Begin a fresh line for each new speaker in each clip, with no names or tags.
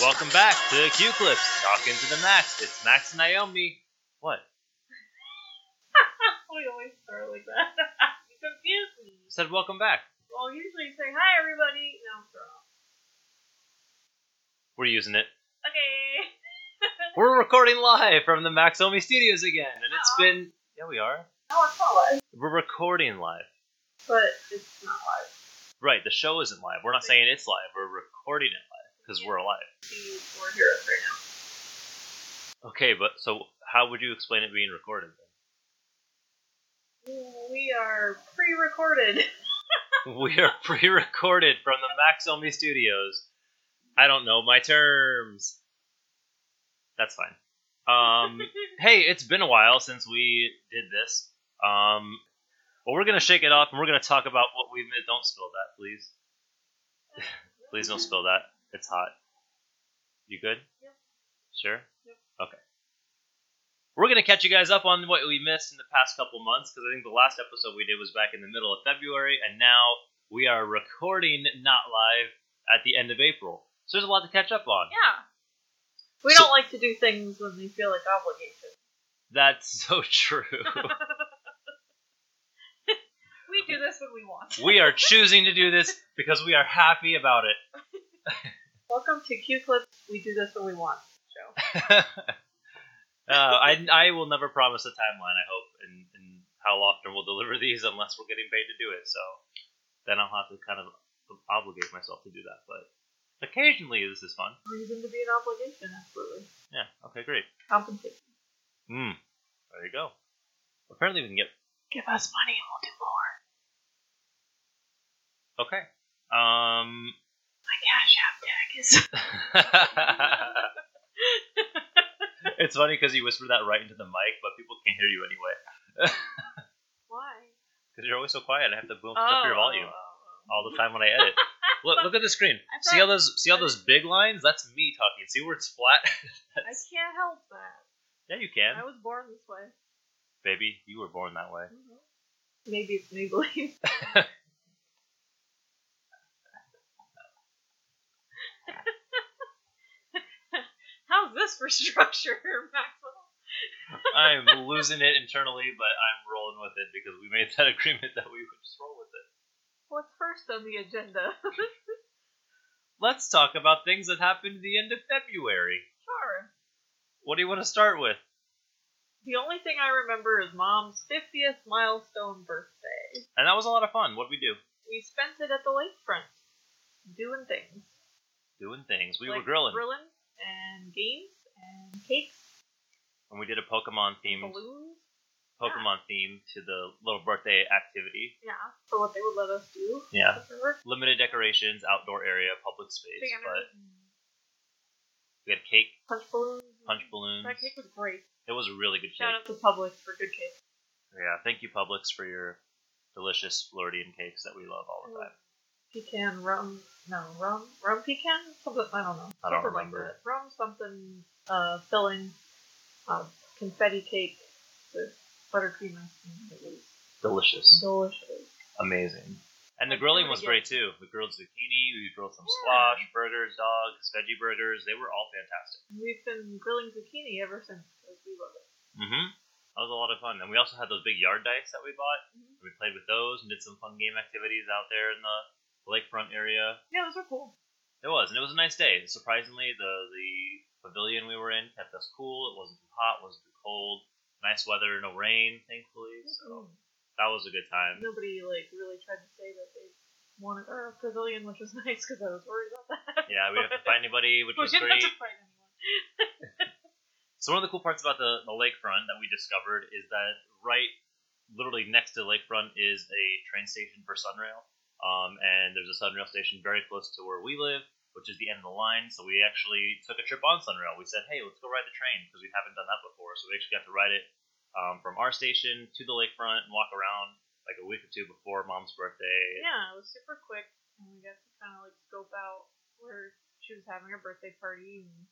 Welcome back to Q Clips, talking to the Max. It's Max and Naomi. What?
we always start like that. you confuse me.
You said welcome back.
Well, usually you say, hi, everybody. No, throw off.
We're using it.
Okay.
We're recording live from the Max Omi Studios again, and it's
No.
been yeah we are.
No, it's not live.
We're recording live.
But it's not live.
Right, the show isn't live. We're not saying it's live. We're recording it live because we're alive.
See, We're here right now.
Okay, but so how would you explain it being recorded?
We are pre recorded.
Then? we are pre-recorded from the Max Omi Studios. I don't know my terms. That's fine. Um, hey, it's been a while since we did this. Um, but we're gonna shake it off and we're gonna talk about what we've missed. Don't spill that, please. Please don't spill that. It's hot. You good?
Yeah.
Sure.
Yeah.
Okay. We're gonna catch you guys up on what we missed in the past couple months because I think the last episode we did was back in the middle of February, and now we are recording not live at the end of April. So there's a lot to catch up on.
Yeah. We
So-
don't like to do things when we feel like obligation.
That's so true.
We do this when we want.
we are choosing to do this because we are happy about it.
Welcome to Q Clips. We do this when we want. Show.
Uh, I, I will never promise a timeline, I hope, and, and how often we'll deliver these unless we're getting paid to do it. So then I'll have to kind of obligate myself to do that. But occasionally this is fun.
Reason to be an obligation, absolutely.
Yeah, okay, great.
Compensate.
Mm, there you go. Apparently we can get.
Give us money and we'll do more.
Okay. Um.
My cash app tag is.
it's funny because you whisper that right into the mic, but people can hear you anyway.
Why?
Because you're always so quiet, I have to boom up your volume.
oh,
all the time when I edit. look, look at the screen.
I
see all
thought-
those see all those big lines? That's me talking. See where it's flat?
oh. I can't help that.
yeah, you
I
can.
was born this way. Mm-hmm.
Baby, you were born that way.
Maybe it's Maybelline. How's this for structure, Maxwell?
I'm losing it internally, but I'm rolling with it because we made that agreement that we would just roll with it.
What's first on the agenda?
Let's talk about things that happened at the end of February.
sure.
What do you want to start with?
The only thing I remember is Mom's 50th milestone birthday.
And that was a lot of fun. What'd we do?
We spent it at the lakefront, doing things.
Doing things. We were
like
grilling.
Grilling and games and cakes,
and we did a Pokemon themed
balloons.
Pokemon theme to the little birthday activity.
Yeah, for what they would let us do.
Yeah.
if we were
Limited decorations, outdoor area, public space.
big
but
animals and
We had cake,
punch balloons.
punch balloons.
That cake was great.
It was a really good cake.
Shout out to Publix for good cake.
Yeah, thank you Publix for your delicious Floridian cakes that we love all the
Mm.
time.
Pecan rum, no rum, rum pecan. Something I don't know.
I don't
something
remember.
Like that. Rum something uh, filling, uh, confetti cake with buttercream ice cream. It was
Delicious,
delicious.
amazing. And the
Like,
grilling
really
was great
good.
too. We grilled zucchini, we grilled some
Yeah.
squash, burgers, dogs, veggie burgers. They were all fantastic.
We've been grilling zucchini ever since because we love it.
Mm-hmm. That was a lot of fun. And we also had those big yard dice that we bought.
Mhm.
We played with those and did some fun game activities out there in the lakefront area.
Yeah, those are cool.
It was, and it was a nice day. Surprisingly, the the pavilion we were in kept us cool. It wasn't too hot, wasn't too cold. Nice weather, no rain, thankfully. So
Mhm.
that was a good time.
Nobody like really tried to say that they wanted our pavilion, which was nice because I was worried about that.
Yeah, we didn't have to fight anybody, which
we
was
didn't
great.
have to fight anyone.
So one of the cool parts about the, the lakefront that we discovered is that right, literally next to the lakefront is a train station for Sunrail, um, and there's a Sunrail station very close to where we live, which is the end of the line. So we actually took a trip on Sunrail. We said, hey, let's go ride the train because we haven't done that before. So we actually got to ride it um, from our station to the lakefront and walk around like a week or two before Mom's birthday.
Yeah, it was super quick, and we got to kind of like scope out where she was having her birthday party, and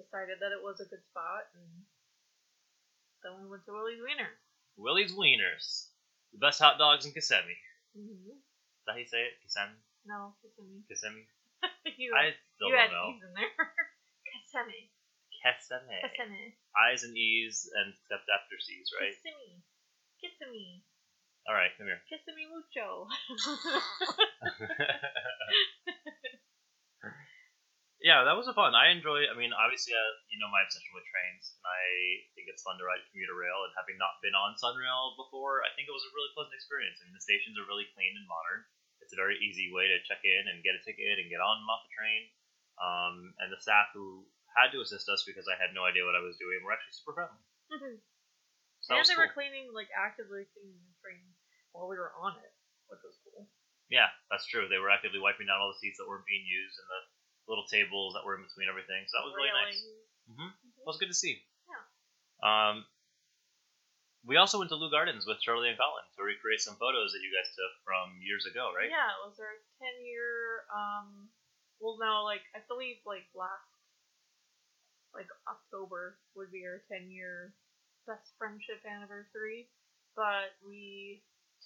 decided that it was a good spot, and then we went to Willie's Wiener.
Willie's Wieners, the best hot dogs in Kissimmee. Is
Mm-hmm.
that how you say it? Kissimmee.
No, it's in me.
Kissimmee.
you
I still
you had
don't know.
these in there. Keseme.
Keseme.
Keseme.
I's and E's and except after C's, right?
Kissimmee. Kissimmee.
All right, come here.
Kissimmee mucho.
yeah, that was a fun. I enjoy. I mean, obviously, uh, you know my obsession with trains, and I think it's fun to ride commuter rail. And having not been on Sunrail before, I think it was a really pleasant experience. I mean, the stations are really clean and modern. It's a very easy way to check in and get a ticket and get on and off the train. Um, and the staff who had to assist us because I had no idea what I was doing were actually super friendly. So that
Mm-hmm. and
was
they
cool.
were cleaning, like actively cleaning the train while we were on it, which was cool.
Yeah, that's true. They were actively wiping down all the seats that were being used and the little tables that were in between everything. So that was really nice.
Railing. Mm-hmm.
hmm Well, it's good to see.
Yeah.
Um, we also went to Lou Gardens with Charlie and Colin to recreate some photos that you guys took from years ago, right?
Yeah, it was our ten year. Um, well, no, like I believe like last, like October would be our ten year best friendship anniversary, but we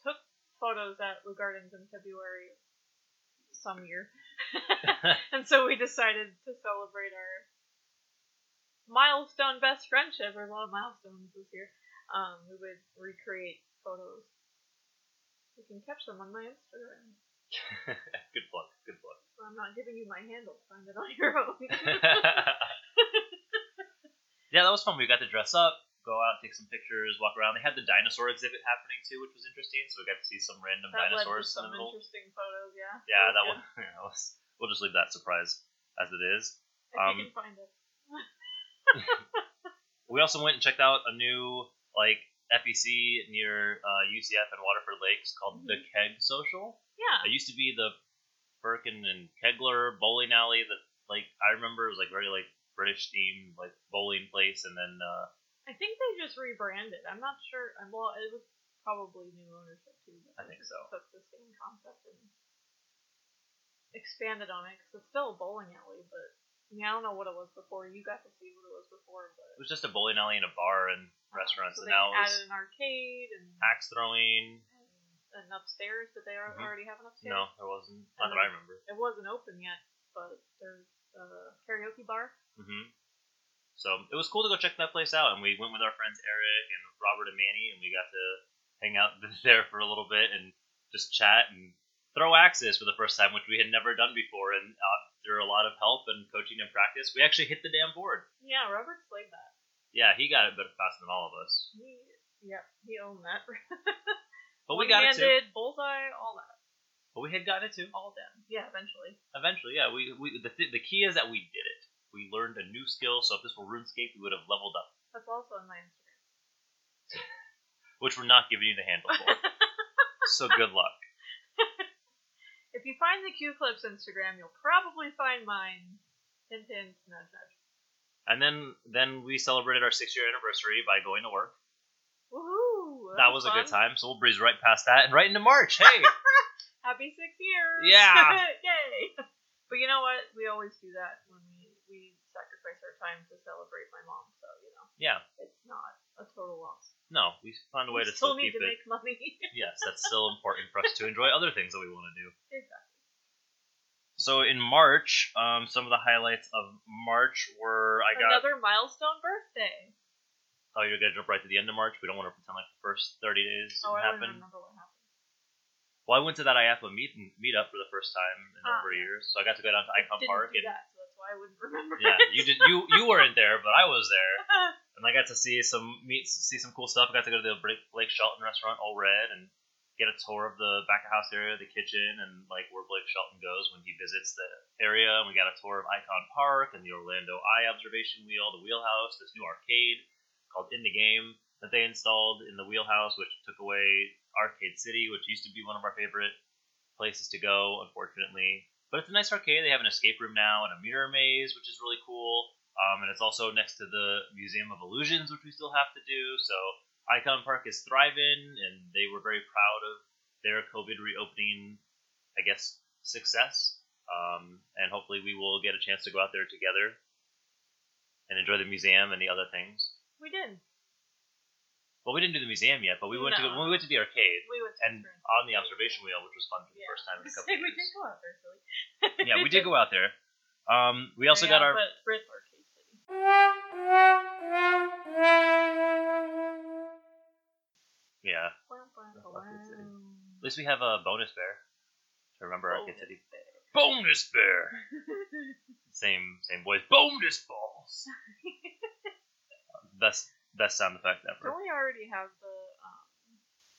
took photos at Lou Gardens in February, some year, and so we decided to celebrate our milestone best friendship. There's a lot of milestones this year. Um, we would recreate photos. You can catch them on my Instagram.
good plug. Good plug.
Well, I'm not giving you my handle. Find it on your own.
yeah, that was fun. We got to dress up, go out, take some pictures, walk around. They had the dinosaur exhibit happening too, which was interesting. So we got to see some random
that led to
dinosaurs in
some
the middle.
interesting photos. Yeah.
Yeah, that
was
one. yeah, that was- We'll just leave that surprise as it is.
good. If
um,
you can find it.
We also went and checked out a new like FEC near uh, UCF and Waterford Lakes called
Mm-hmm.
the Keg Social.
Yeah.
It used to be the Birkin and Kegler bowling alley that like I remember it was like very like British themed like bowling place, and then uh,
I think they just rebranded. I'm not sure. I'm- Well, it was probably new ownership too.
I
but they
think
just
so.
Took the same concept and expanded on it because it's still a bowling alley, but I, mean, I don't know what it was before. You got to see what it was before,
it
but
was just a bowling alley and a bar and restaurants,
Oh,
and
So they
now it was
added an arcade and,
axe throwing.
and upstairs. Did they al-
Mhm.
already have an upstairs?
No, there wasn't. Not that I remember.
It wasn't open yet, but there's a karaoke bar.
hmm So it was cool to go check that place out, and we went with our friends Eric and Robert and Manny, and we got to hang out there for a little bit and just chat and throw axes for the first time, which we had never done before. And after a lot of help and coaching and practice, we actually hit the damn board.
Yeah, Robert slayed that.
Yeah, he got it better faster than all of us,
He, yeah, he owned that.
but we got it too.
One-handed, bullseye, all that,
But we had gotten it too.
all down. Yeah, eventually.
Eventually, yeah. We, we the th- the key is that we did it. We learned a new skill. So if this were RuneScape, we would have leveled up,
That's also on my Instagram.
which we're not giving you the handle for. so good luck.
If you find the Q Clips Instagram, you'll probably find mine. Hint, hint, nudge, nudge.
And then then we celebrated our six year anniversary by going to work.
Woohoo!
That was a good time,
fun.
so we'll breeze right past that and right into March. Hey,
Happy six years!
Yeah.
Yay! But you know what? We always do that when we, we sacrifice our time to celebrate my mom, so, you know,
yeah,
it's not a total loss.
no, we found a way to
we
still
still need
keep
to
it.
make money.
yes, that's still important for us to enjoy other things that we want to do.
Exactly.
So in March, um, some of the highlights of March were I got.
Another milestone birthday.
oh, you're gonna jump right to the end of March. We don't want to pretend like the first thirty days
Oh, I don't even
happened.
remember what happened.
Well, I went to that IAPA meet meetup for the first time in
Ah.
over a year, so I got to go down to Icon
Didn't
Park
do
and
that, so that's why I wouldn't remember.
yeah, you did you you weren't there, but I was there. and I got to see some meet see some cool stuff. I got to go to the Blake- Blake Shelton restaurant, All Red, and get a tour of the back of house area, the kitchen, and like where Blake Shelton goes when he visits the area. And we got a tour of Icon Park and the Orlando Eye Observation Wheel, the Wheelhouse, this new arcade called In the Game that they installed in the Wheelhouse, which took away Arcade City, which used to be one of our favorite places to go, unfortunately. But it's a nice arcade. They have an escape room now and a mirror maze, which is really cool. Um, and it's also next to the Museum of Illusions, which we still have to do. So Icon Park is thriving, and they were very proud of their COVID reopening, I guess, success. Um, and hopefully, we will get a chance to go out there together and enjoy the museum and the other things.
we did.
Well, we didn't do the museum yet, but we went to
No.
when we went to the arcade
We went to
and
Experience.
on the observation wheel, which was fun for the
Yeah.
first time in a
So
couple of
we
years.
did go out there, really.
yeah, we did go out there. Um, we also
Yeah,
got our
But Brit Arcade.
Yeah. At least we have a bonus bear to remember our
Bonus
Kid City. Bonus bear. same same voice. Bonus balls. best best sound effect ever.
Don't we already have the um,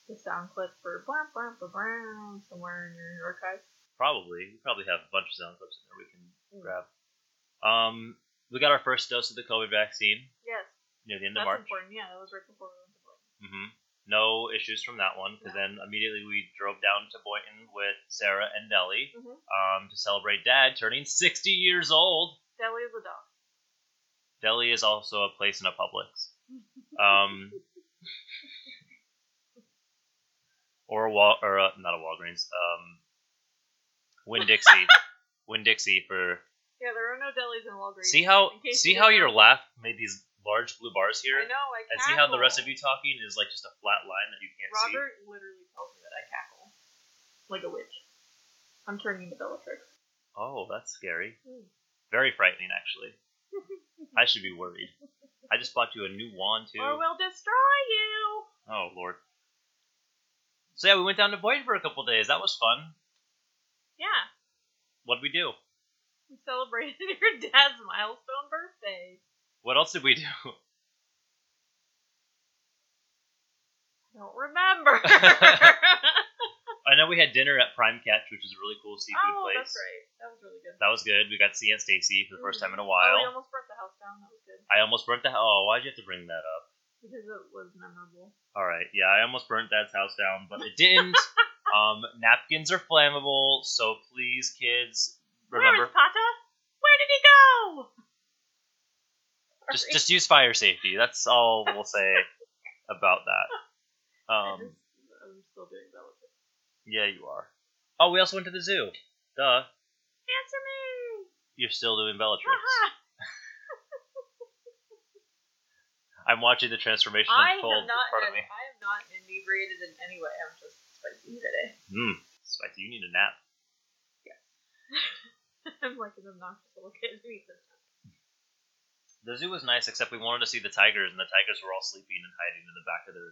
the sound clip for blah blah blah blah somewhere in your archive?
Probably we probably have a bunch of sound clips in there we can grab. Um, we got our first dose of the COVID vaccine
Yes,
near the end
that's
of March.
important. Yeah, that was right before we went to Boynton.
hmm No issues from that one, because
No.
then immediately we drove down to Boynton with Sarah and Nelly
Mhm.
um, to celebrate Dad turning 60 years old.
Deli the dog.
Delhi is also a place in a Publix, um, or a Wal or a, not a Walgreens, um, Winn Dixie, Winn Dixie for.
Yeah, there are no delis in Walgreens.
See how
In case
see
you
how
didn't
your
know.
laugh made these large blue bars here,
I know. I
and
cackle.
see how the rest of you talking is like just a flat line that you can't see.
Robert literally tells me that I cackle like a witch. I'm turning into Bellatrix.
Oh, that's scary.
Hmm.
Very frightening, actually. I should be worried. I just bought you a new wand too.
Or will destroy you.
Oh lord. So yeah, we went down to Boyd for a couple days. That was fun.
Yeah,
What'd we do?
we celebrated your dad's milestone birthday.
What else did we do?
I don't remember.
I know we had dinner at Prime Catch, which is a really cool seafood
oh,
place.
that's right. That was really good.
That was good. We got to see Aunt Stacy for the first time in a
Oh, we
while.
almost burnt the house down. That was good
I almost burnt the oh, why'd you have to bring that up?
because it was memorable.
All right, yeah, I almost burnt Dad's house down, but it didn't. um, napkins are flammable, so please, kids,
Where
remember
is Pata? Where did he go?
just
Sorry.
just use fire safety. That's all we'll say about that.
I
Um,
just- I'm still doing Bellatrix.
yeah, you are. Oh, we also went to the zoo. Duh,
Answer me.
you're still doing Bellatrix.
Haha.
I'm watching the transformation
I
unfold in
have not.
front of me.
I am not inebriated in any way. I'm just spicy today.
Hmm, spicy. You need a nap.
I'm like an obnoxious little kid who eats a
The zoo was nice, except we wanted to see the tigers, and the tigers were all sleeping and hiding in the back of their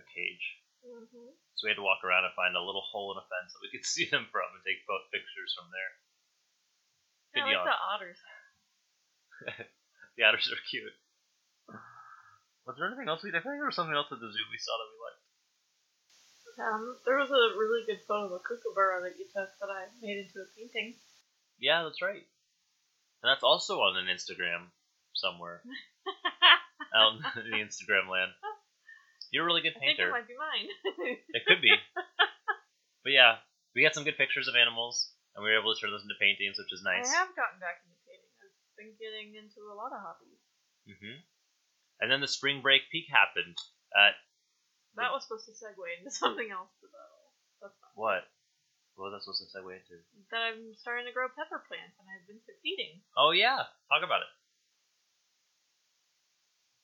their cage.
Mm-hmm.
So we had to walk around and find a little hole in a fence that we could see them from and take both pictures from there.
I
Good
like
yawn.
the otters.
The otters are cute. Was there anything else we did? I think there was something else at the zoo we saw that we liked.
Um, there was a really good photo of a kookaburra that you took that I made into a painting.
Yeah, that's right. And that's also on an Instagram somewhere. out in the Instagram land. You're a really good
I think it
painter.
might be mine.
It could be. but yeah, we got some good pictures of animals, and we were able to turn those into paintings, which is nice.
I have gotten back into painting. I've been getting into a lot of hobbies.
hmm And then the spring break peak happened at
That was supposed to segue into something else, but that- that's fine.
what? What was I supposed to segue into?
That I'm starting to grow pepper plants, and I've been succeeding.
Oh yeah, talk about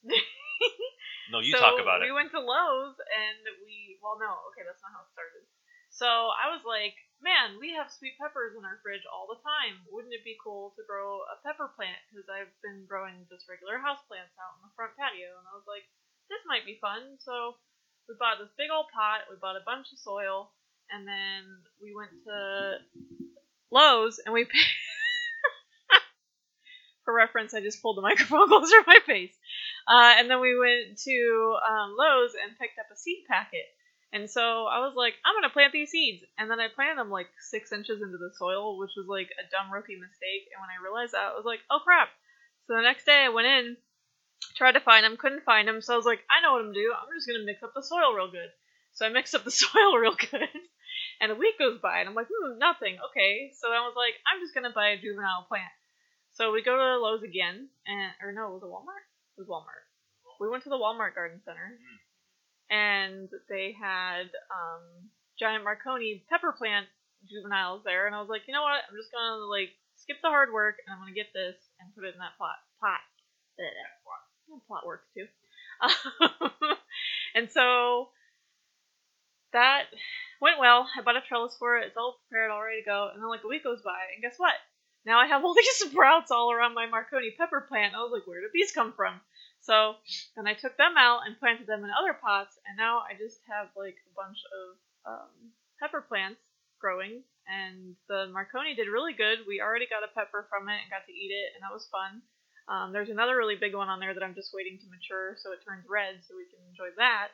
it. no, you
so
talk about
we
it.
went to Lowe's and we well no, okay, that's not how it started. So I was like, man, we have sweet peppers in our fridge all the time. Wouldn't it be cool to grow a pepper plant? Because I've been growing just regular house plants out on the front patio, and I was like, this might be fun. So we bought this big old pot. We bought a bunch of soil, and then we went to Lowe's and we. picked- For reference, I just pulled the microphone closer to my face. Uh, and then we went to um, Lowe's and picked up a seed packet. And so I was like, I'm going to plant these seeds. And then I planted them like six inches into the soil, which was like a dumb rookie mistake. And when I realized that, I was like, oh crap. So the next day I went in, tried to find them, couldn't find them. So I was like, I know what I'm going to do. I'm just going to mix up the soil real good. So I mixed up the soil real good. And a week goes by, and I'm like, hmm, nothing. Okay. So I was like, I'm just going to buy a juvenile plant. So we go to Lowe's again, and or no, was it Walmart? It was Walmart. We went to the Walmart Garden
Mm.
Center, and they had um, giant Marconi pepper plant juveniles there, and I was like, you know what? I'm just gonna like skip the hard work, and I'm gonna get this and put it in that pot. Pot. Bleh. Yeah, Plot works too. and so that went well. I bought a trellis for it. It's all prepared, all ready to go. And then like a week goes by, and guess what? Now I have all these sprouts all around my Marconi pepper plant. I was like, where did these come from? So then I took them out and planted them in other pots, and now I just have like a bunch of um, pepper plants growing. And the Marconi did really good. We already got a pepper from it and got to eat it, and that was fun. Um, there's another really big one on there that I'm just waiting to mature so it turns red so we can enjoy that.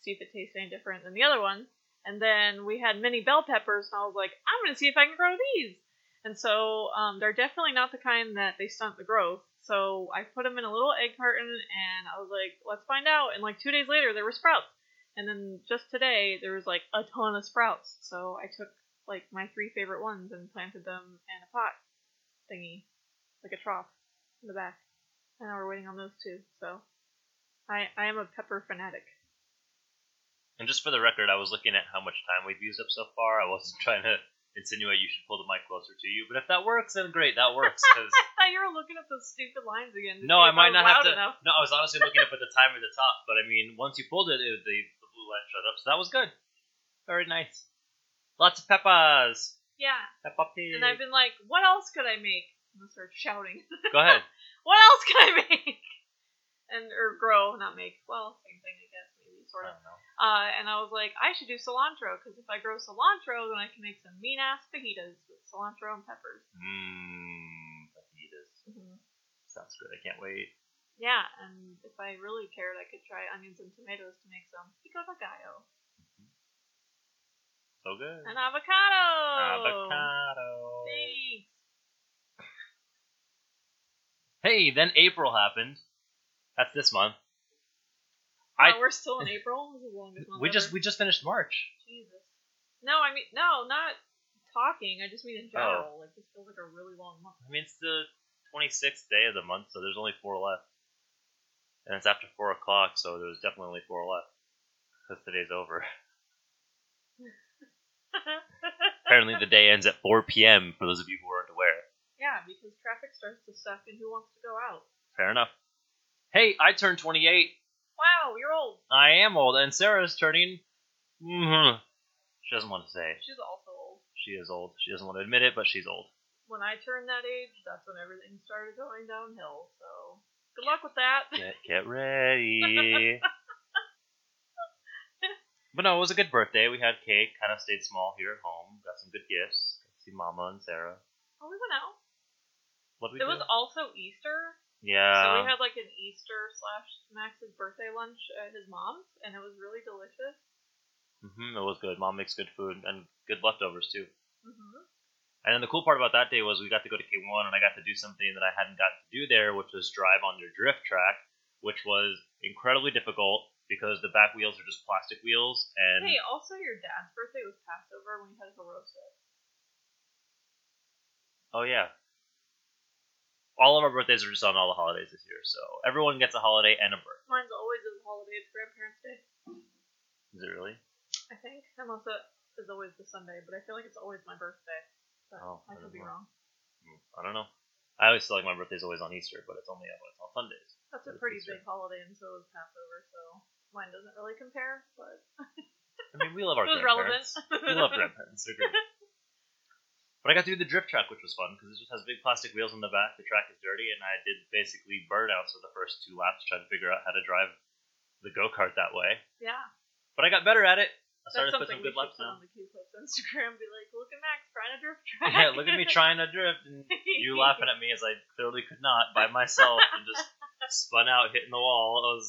See if it tastes any different than the other one. And then we had mini bell peppers, and I was like, I'm gonna see if I can grow these. And so um, they're definitely not the kind that they stunt the growth. So I put them in a little egg carton, and I was like, let's find out. And like two days later, there were sprouts. And then just today, there was like a ton of sprouts. So I took like my three favorite ones and planted them in a pot thingy, like a trough in the back. And now we're waiting on those two. So I I am a pepper fanatic.
And just for the record, I was looking at how much time we've used up so far. I wasn't trying to insinuate you should pull the mic closer to you, but if that works, then great, that works. 'cause-
I thought you were looking at those stupid lines again. to
no,
see
I
if
might
was
not have
loud
to.
Enough.
No, I was honestly looking up at the timer at the top, but I mean, once you pulled it, it the, the blue light shut up, so that was good. Very nice. Lots of peppas.
Yeah.
Peppa pig.
And I've been like, what else could I make? And I start shouting.
Go ahead.
what else could I make? And or grow, not make. Well, same thing, I guess, maybe
I
sort of.
don't know.
Uh, and I was like, I should do cilantro because if I grow cilantro, then I can make some mean ass fajitas with cilantro and peppers.
Mmm, fajitas. Sounds good. I can't wait.
Yeah, and if I really cared, I could try onions and tomatoes to make some pico de gallo
So good.
and avocado.
Avocado.
Thanks.
Hey, then April happened. That's this month. I-
Wow, we're still in April. This is the longest month
We just
ever.
we just finished March.
Jesus. No, I mean no, not talking. I just mean
Oh.
in general. Like this feels like a really long month.
I mean, it's the 26th day of the month, so there's only four left. And it's after four o'clock, so there's definitely only four left because today's over. Apparently, the day ends at 4 p.m. for those of you who aren't aware.
yeah, because traffic starts to suck, and who wants to go out?
Fair enough. Hey, I turned 28.
Wow, you're old.
I am old, and Sarah's turning. hmm She doesn't want to say.
She's also old.
She is old. She doesn't want to admit it, but she's old.
When I turned that age, that's when everything started going downhill. So good luck with that.
Get, get ready. but no, it was a good birthday. We had cake, kind of stayed small here at home. Got some good gifts. Got to see Mama and Sarah.
Oh, we went out.
What did we
It
do?
was also Easter, so
yeah.
we had like an Easter slash Max's birthday lunch at his mom's, and it was really delicious.
hmm it was good. Mom makes good food and good leftovers too.
Mm-hmm.
And then the cool part about that day was we got to go to K1 and I got to do something that I hadn't got to do there, which was drive on your drift track, which was incredibly difficult because the back wheels are just plastic wheels and
Hey, also your dad's birthday was Passover when we had Harosa.
Oh yeah. All of our birthdays are just on all the holidays this year, so everyone gets a holiday and a birth.
Mine's always a holiday. It's Grandparents' Day,
Is it really?
I think. Unless it is always the Sunday, but I feel like it's always my birthday. But
Oh, I
I could
don't
be
know.
wrong.
Hmm, I don't know. I always feel like my birthday's always on Easter, but it's only uh, on, it's on Sundays.
That's a
That's
pretty
Easter.
big holiday, and so is Passover, so mine doesn't really compare, but
I mean, we love our
it was relevant.
grandparents. we love grandparents. They're great. But I got to do the drift track, which was fun because it just has big plastic wheels on the back. The track is dirty, and I did basically burnouts for the first two laps trying to figure out how to drive the go kart that way.
yeah.
But I got better at it. I
That's
started to put
something
some
we
good
should
laps
put
down.
on the Q Clips Instagram. Be like, look at Max trying to drift track.
Yeah, look at me trying to drift, and you laughing at me as I clearly could not by myself and just spun out hitting the wall. It was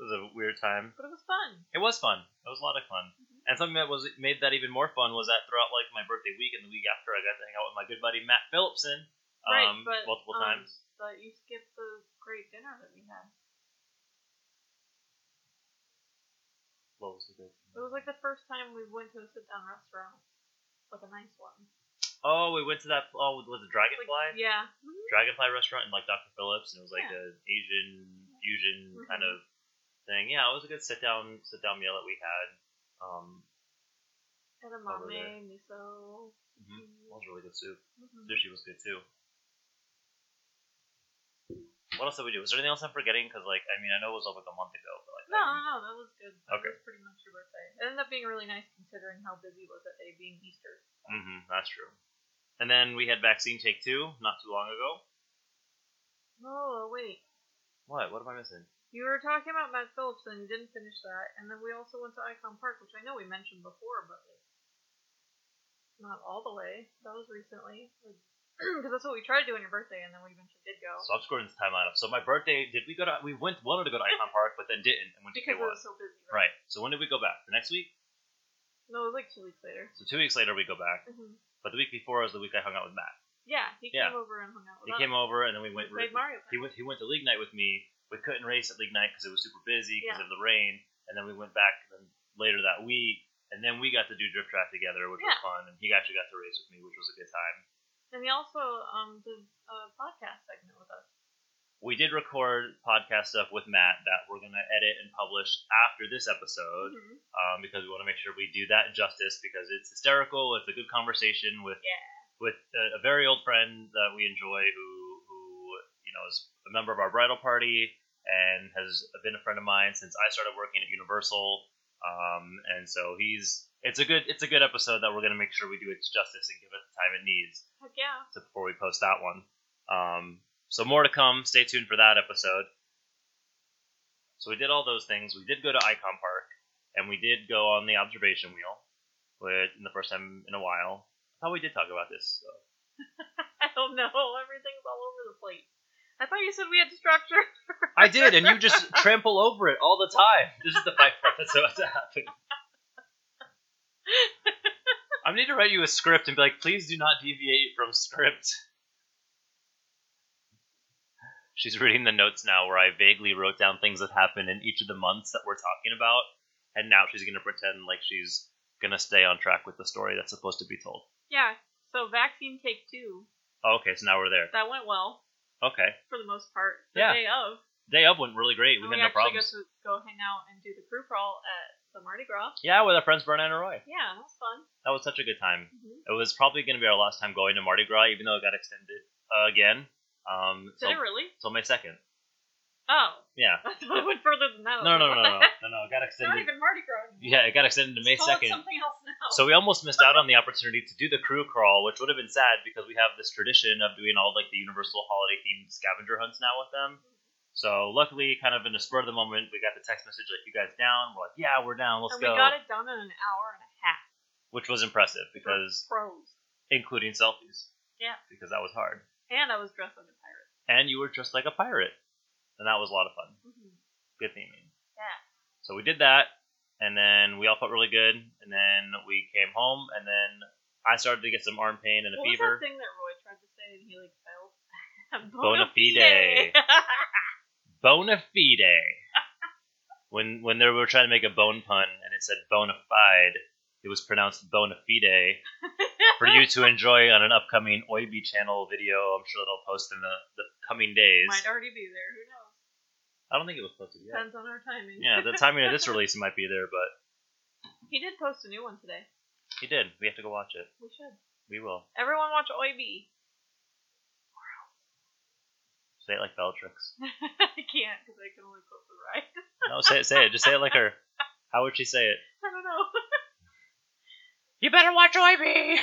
it was a weird time.
But it was fun.
It was fun. It was a lot of fun.
Mm-hmm.
And something that was made that even more fun was that throughout like my birthday week and the week after, I got to hang out with my good buddy Matt Phillipson um,
Right, but,
multiple
um,
times.
But you skipped the great dinner that we had.
What was the good?
It was like the first time we went to a sit down restaurant, like a nice one.
oh, we went to that. Oh, was it
Like,
Dragonfly?
yeah.
Dragonfly restaurant in like Dr. Phillips, and it was like an Asian fusion
Mm-hmm.
kind of thing. Yeah, it was a good sit down sit down meal that we had. Um, Over there.
Edamame, miso.
mhm, it was really good soup.
Mhm.
Sushi was good too. What else did we do? Was there anything else I'm forgetting? Because like, I mean, I know it was like a month ago, but like,
No, no,
um,
no, that was good. That
Okay.
was pretty much your birthday. It ended up being really nice considering how busy it was that day being Easter.
mhm, Mm-hmm, that's true. And then we had vaccine take two not too long ago.
Oh wait,
What? What am I missing?
you were talking about Matt Phillips and you didn't finish that, and then we also went to Icon Park, which I know we mentioned before, but like, not all the way. That was recently, because that's what we tried to do on your birthday, and then we eventually did go
So I'm scoring this timeline up. So my birthday, did we go to? We went wanted to go to Icon Park, but then didn't, and went to
because
K1.
it was so busy.
Right. So when did we go back? The next week.
No, it was like two weeks later.
So two weeks later we go back.
Mhm.
But the week before was the week I hung out with Matt.
Yeah, he
Yeah.
came over and hung out with
He
us.
came over and then we went.
played Mario.
He
Kart.
went. He went to league night with me. We couldn't race at league night because it was super busy because
Yeah.
of the rain. And then we went back then later that week, and then we got to do drift track together, which was
Yeah.
fun. And he actually got to race with me, which was a good time.
And he also um did a podcast segment with us.
We did record podcast stuff with Matt that we're gonna edit and publish after this episode.
Mhm.
um, because we want to make sure we do that justice because it's hysterical. It's a good conversation with
Yeah.
with a, a very old friend that we enjoy who who you know is a member of our bridal party and has been a friend of mine since I started working at Universal. Um, and so he's it's a good it's a good episode that we're gonna make sure we do its justice and give it the time it needs
Heck yeah.
to, before we post that one. Um, so more to come. Stay tuned for that episode. So we did all those things. We did go to Icon Park, and we did go on the observation wheel, which in the first time in a while. I thought we did talk about this. So.
I don't know. Everything's all over the place. I thought you said we had structure.
I did, and you just trample over it all the time. This is the fight part that's about to happen. I need to write you a script and be like, please do not deviate from script. She's reading the notes now where I vaguely wrote down things that happened in each of the months that we're talking about, and now she's going to pretend like she's going to stay on track with the story that's supposed to be told.
Yeah. So vaccine take two.
Oh, okay, so now we're there.
That went well
Okay.
for the most part. The
Yeah.
day of,
Day of went really great. We had
and Oh, we
no
actually
problems.
got to go hang out and do the crew crawl at the Mardi Gras.
Yeah, with our friends Berna and Roy.
Yeah, that was fun.
That was such a good time.
hmm
It was probably going to be our last time going to Mardi Gras, even though it got extended uh, again. Um,
Did
till,
it really?
till May second.
Oh,
Yeah.
I thought it went further than that.
No, no, no, no, no, no, no. It got
Oh. It's not
extended.
even Mardi Gras. anymore.
Yeah, it got extended to May
Just call it
second.
Something else now.
So we almost missed out on the opportunity to do the crew crawl, which would have been sad because we have this tradition of doing all like the Universal holiday themed scavenger hunts now with them. So luckily, kind of in the spur of the moment, we got the text message like, "You guys down?" We're like, "Yeah, we're down. Let's
and
go,"
we got it done in an hour and a half.
which was impressive because
Pros.
including selfies.
Yeah.
Because that was hard.
And I was dressed like a pirate.
and you were dressed like a pirate. And that was a lot of fun. Good theming.
Mm-hmm. Yeah.
So we did that, and then we all felt really good, and then we came home, and then I started to get some arm pain and a
what
fever.
was that thing that Roy tried to say and he like failed?
Bona fide. Bona fide. when when they were trying to make a bone pun and it said bona fide, it was pronounced bona fide for you to enjoy on an upcoming Oibi channel video. I'm sure they'll post in the, the coming days.
Might already be there. Who knows?
I don't think it was posted yet.
Depends on our timing.
Yeah, the timing of this release might be there, but
He did post a new one today.
He did. We have to go watch it.
We should.
We will.
Everyone watch OIB.
Say it like Bellatrix.
I can't because I can only quote the right.
No, say it. Say it. Just say it like her. How would she say it?
I don't know.
You better watch
OIB.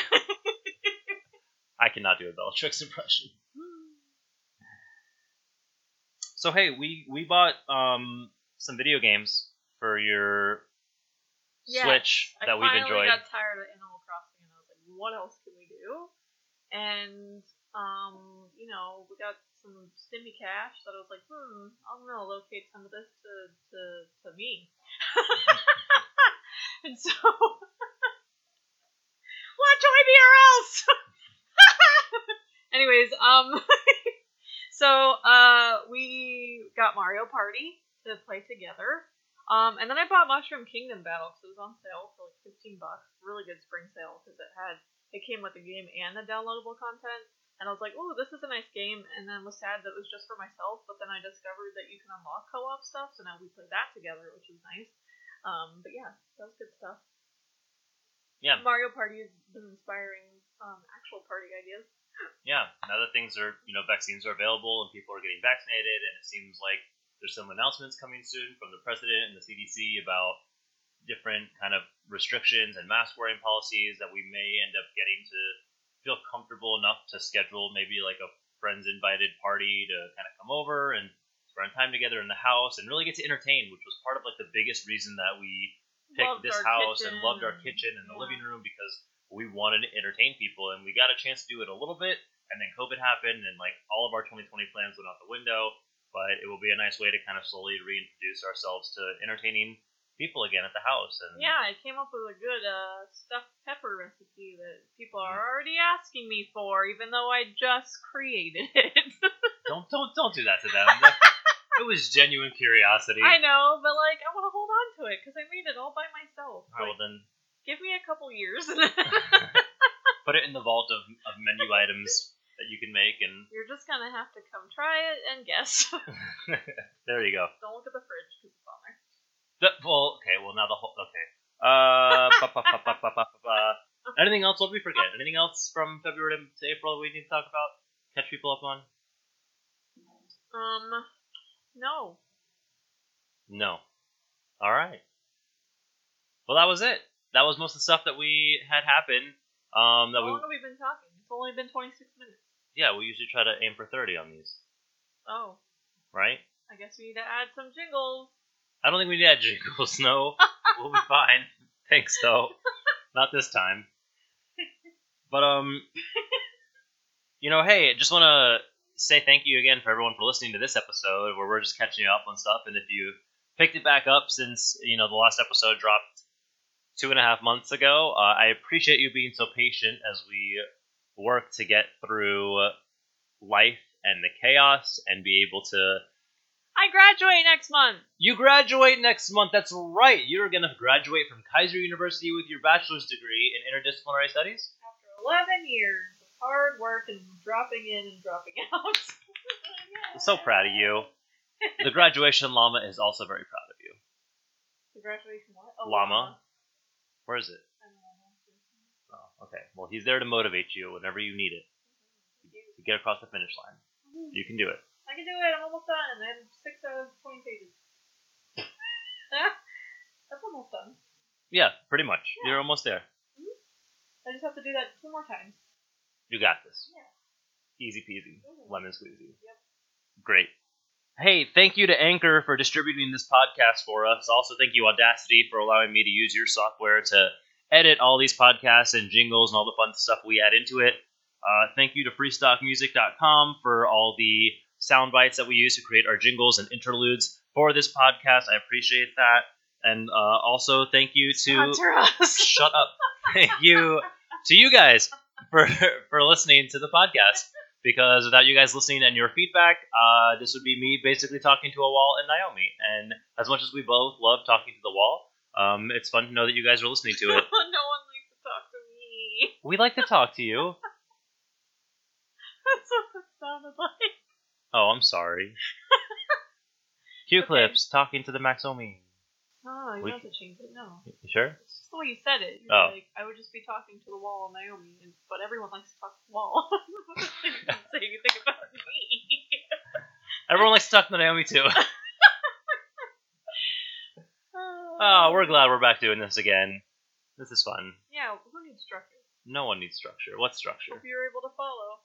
I cannot do a Bellatrix impression.
Hmm.
So hey, we we bought um some video games for your
Yeah,
Switch
I
that we've
finally
enjoyed.
got tired of Animal Crossing, and I was like, what else can we do? And um, you know, we got some stimmy cash that I was like, hmm, I'm gonna allocate some of this to to, to me. and so, watch OIB or else. Anyways, um, so uh, we got Mario Party to play together. Um, and then I bought Mushroom Kingdom Battle because it was on sale for like 15 bucks. Really good spring sale because it had it came with the game and the downloadable content. And I was like, oh, this is a nice game. And then was sad that it was just for myself. But then I discovered that you can unlock co-op stuff, so now we play that together, which is nice. Um, but yeah, that was good stuff.
Yeah.
Mario Party has been inspiring um, actual party ideas.
yeah. Now that things are you know vaccines are available and people are getting vaccinated, and it seems like there's some announcements coming soon from the president and the CDC about different kind of restrictions and mask wearing policies that we may end up getting to feel comfortable enough to schedule maybe like a friends invited party to kind of come over and spend time together in the house and really get to entertain, which was part of like the biggest reason that we picked
Loved
this
our
house
kitchen
and loved our
and-
kitchen and the
yeah.
living room because we wanted to entertain people and we got a chance to do it a little bit and then COVID happened and like all of our 2020 plans went out the window. But it will be a nice way to kind of slowly reintroduce ourselves to entertaining people again at the house. And
Yeah, I came up with a good uh, stuffed pepper recipe that people are already asking me for, even though I just created it.
don't don't don't do that to them. it was genuine curiosity.
I know, but like, I want to hold on to it because I made it all by myself.
All right, well
Like,
then
give me a couple years.
put it in the vault of, of menu items that you can make and
You're just gonna have to come try it and guess.
there you go
Don't look at the fridge because it's on there.
That- well okay well now the whole okay uh ba, ba, ba, ba, ba, ba, ba, ba. anything else what did we forget anything else from february to april that we need to talk about catch people up on
Um, no.
no all right well that was it that was most of the stuff that we had happen um that
How
we
long have we been talking? It's only been 26 minutes.
yeah we usually try to aim for 30 on these
Oh,
right
I guess we need to add some jingles.
I don't think we need that jingles. No, we'll be fine. Thanks, though. Not this time. But um, you know, hey, I just want to say thank you again for everyone for listening to this episode, where we're just catching up on stuff. And if you picked it back up since you know the last episode dropped two and a half months ago, uh, I appreciate you being so patient as we work to get through life and the chaos and be able to
I graduate next month.
you graduate next month. That's right. You're going to graduate from Kaiser University with your bachelor's degree in interdisciplinary studies.
After 11 years of hard work and dropping in and dropping out.
I'm so proud of you. The graduation llama is also very proud of you.
The graduation what? Oh,
Llama. Where is it?
I don't know.
Oh, okay. Well, he's there to motivate you whenever you need it to get across the finish line. You can do it.
I can do it. I'm almost done. I have 6 out of 20 pages. That's almost done.
Yeah, pretty much. You're almost there.
I just have to do that two more times.
You got this.
Yeah.
Easy peasy.
Mhm.
Lemon squeezy.
Yep.
Great. Hey, thank you to Anchor for distributing this podcast for us. Also, thank you, Audacity, for allowing me to use your software to edit all these podcasts and jingles and all the fun stuff we add into it. Uh, thank you to freestockmusic.com for all the sound bites that we use to create our jingles and interludes for this podcast. I appreciate that. And uh, also, thank you to.
Sponsor us.
Shut up. Thank you to you guys for for listening to the podcast. Because without you guys listening and your feedback, uh, this would be me basically talking to a wall and Naomi. And as much as we both love talking to the wall, um, it's fun to know that you guys are listening to it.
no one likes to talk to me.
We like to talk to you.
That's what that sounded like.
Oh, I'm sorry. Q
Okay.
clips talking to the Maxomi.
Oh, you
We-
don't have to change it. No.
You sure?
It's just the way you said it. You're
Oh.
like, I would just be talking to the wall, Naomi, and, but everyone likes to talk to the wall. so you can say anything about me.
Everyone likes to talk to Naomi too. Oh, we're glad we're back doing this again. This is fun.
Yeah, who needs structure?
No one needs structure. What's structure?
Hope you were able to follow.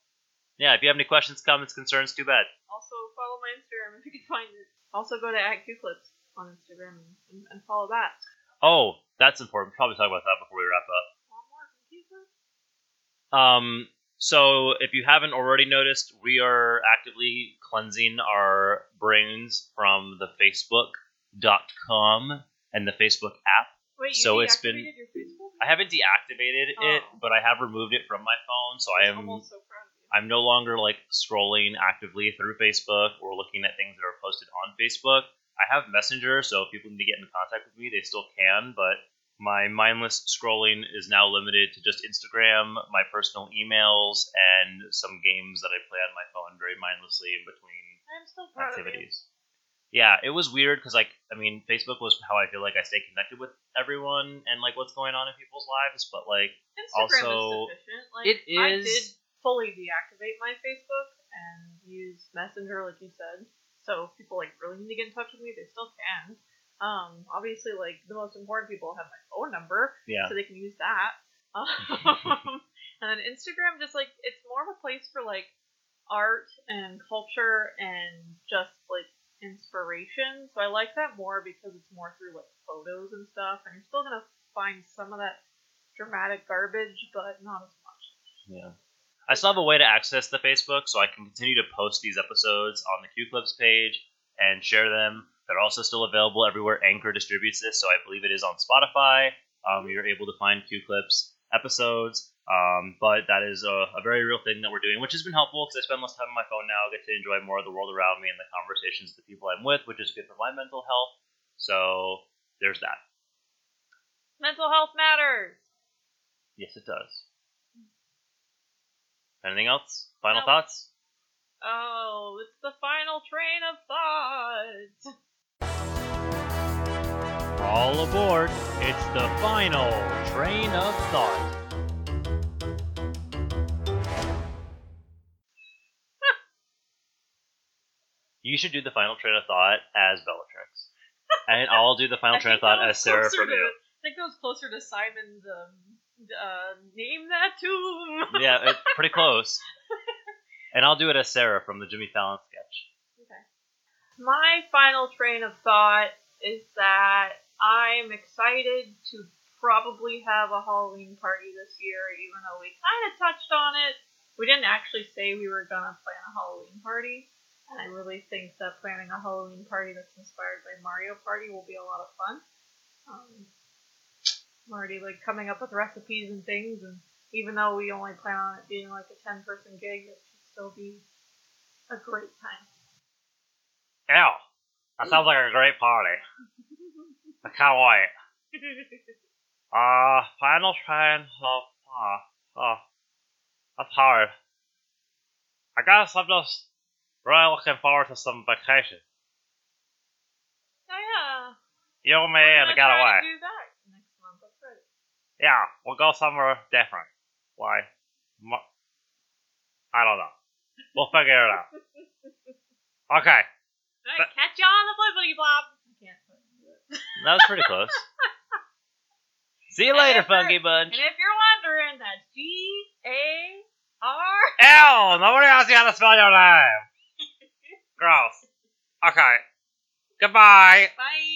Yeah, if you have any questions, comments, concerns, too bad.
Also, follow my Instagram if you can find it. Also, go to at Qclips on Instagram and, and follow that.
Oh, that's important. Probably talk about that before we wrap up.
Want more from Qclips?
Um, so if you haven't already noticed, we are actively cleansing our brains from the Facebook.com and the Facebook app.
Wait, you
So it's been-
deactivated your Facebook?
I haven't deactivated it,
Oh.
but I have removed it from my phone, so I am
almost so proud of you.
I'm no longer like scrolling actively through Facebook or looking at things that are posted on Facebook. I have Messenger, so if people need to get in contact with me, they still can, but my mindless scrolling is now limited to just Instagram, my personal emails, and some games that I play on my phone very mindlessly in between
I'm so proud of
activities. Yeah, it was weird because like I mean, Facebook was how I feel like I stay connected with everyone and like what's going on in people's lives, but like
you. Instagram
Also,
is sufficient. Like,
it
I
is-
did fully deactivate my Facebook and use Messenger, like you said. So if people like really need to get in touch with me, they still can. Um, obviously, like the most important people have my phone number,
yeah,
so they can use that. Um, And then Instagram just like it's more of a place for like art and culture and just like inspiration. So I like that more because it's more through like photos and stuff and you're still gonna find some of that dramatic garbage, but not as much.
Yeah. I still have a way to access the Facebook, so I can continue to post these episodes on the Q Clips page and share them. They're also still available everywhere Anchor distributes this, so I believe it is on Spotify. Um, you're able to find Q Clips episodes, um, but that is a, a very real thing that we're doing, which has been helpful because I spend less time on my phone now. I get to enjoy more of the world around me and the conversations with the people I'm with, which is good for my mental health. So there's that.
Mental health matters.
Yes, it does. Anything else? Final
No.
thoughts?
Oh, it's the final train of thought.
All aboard! It's the final train of thought. you should do the final train of thought as Bellatrix, and I'll do the final
I
train of
think that
thought
was
as Sarah
closer
from
to-
you.
I think that was closer to Simon's um, uh, name that tomb.
yeah, it, pretty close. And I'll do it as Sarah from the Jimmy Fallon sketch.
Okay. My final train of thought is that I'm excited to probably have a Halloween party this year, even though we kind of touched on it. We didn't actually say we were going to plan a Halloween party, and I really think that planning a Halloween party that's inspired by Mario Party will be a lot of fun. Um, I'm already like coming up with recipes and things, and even though we only plan on it being like a 10 person gig, it should still be a great time.
Ow! That sounds like a great party.
Oh,
I can't wait. Uh, final train of thought. Oh, that's hard. I guess I'm just really looking forward to some vacation.
Oh yeah.
You and me
We're
and the
gonna try
getaway.
to do that next month. That's right.
Yeah, we'll go somewhere different. Why? Mo- I don't know. We'll figure it out. Okay,
All right, catch you on the flippity flop. I can't. do it.
that was pretty close. See you later, Funky Bunch.
And if you're wondering, that's G A R.
Ew, nobody asked you how to spell your name. Gross. Okay. Goodbye.
Bye.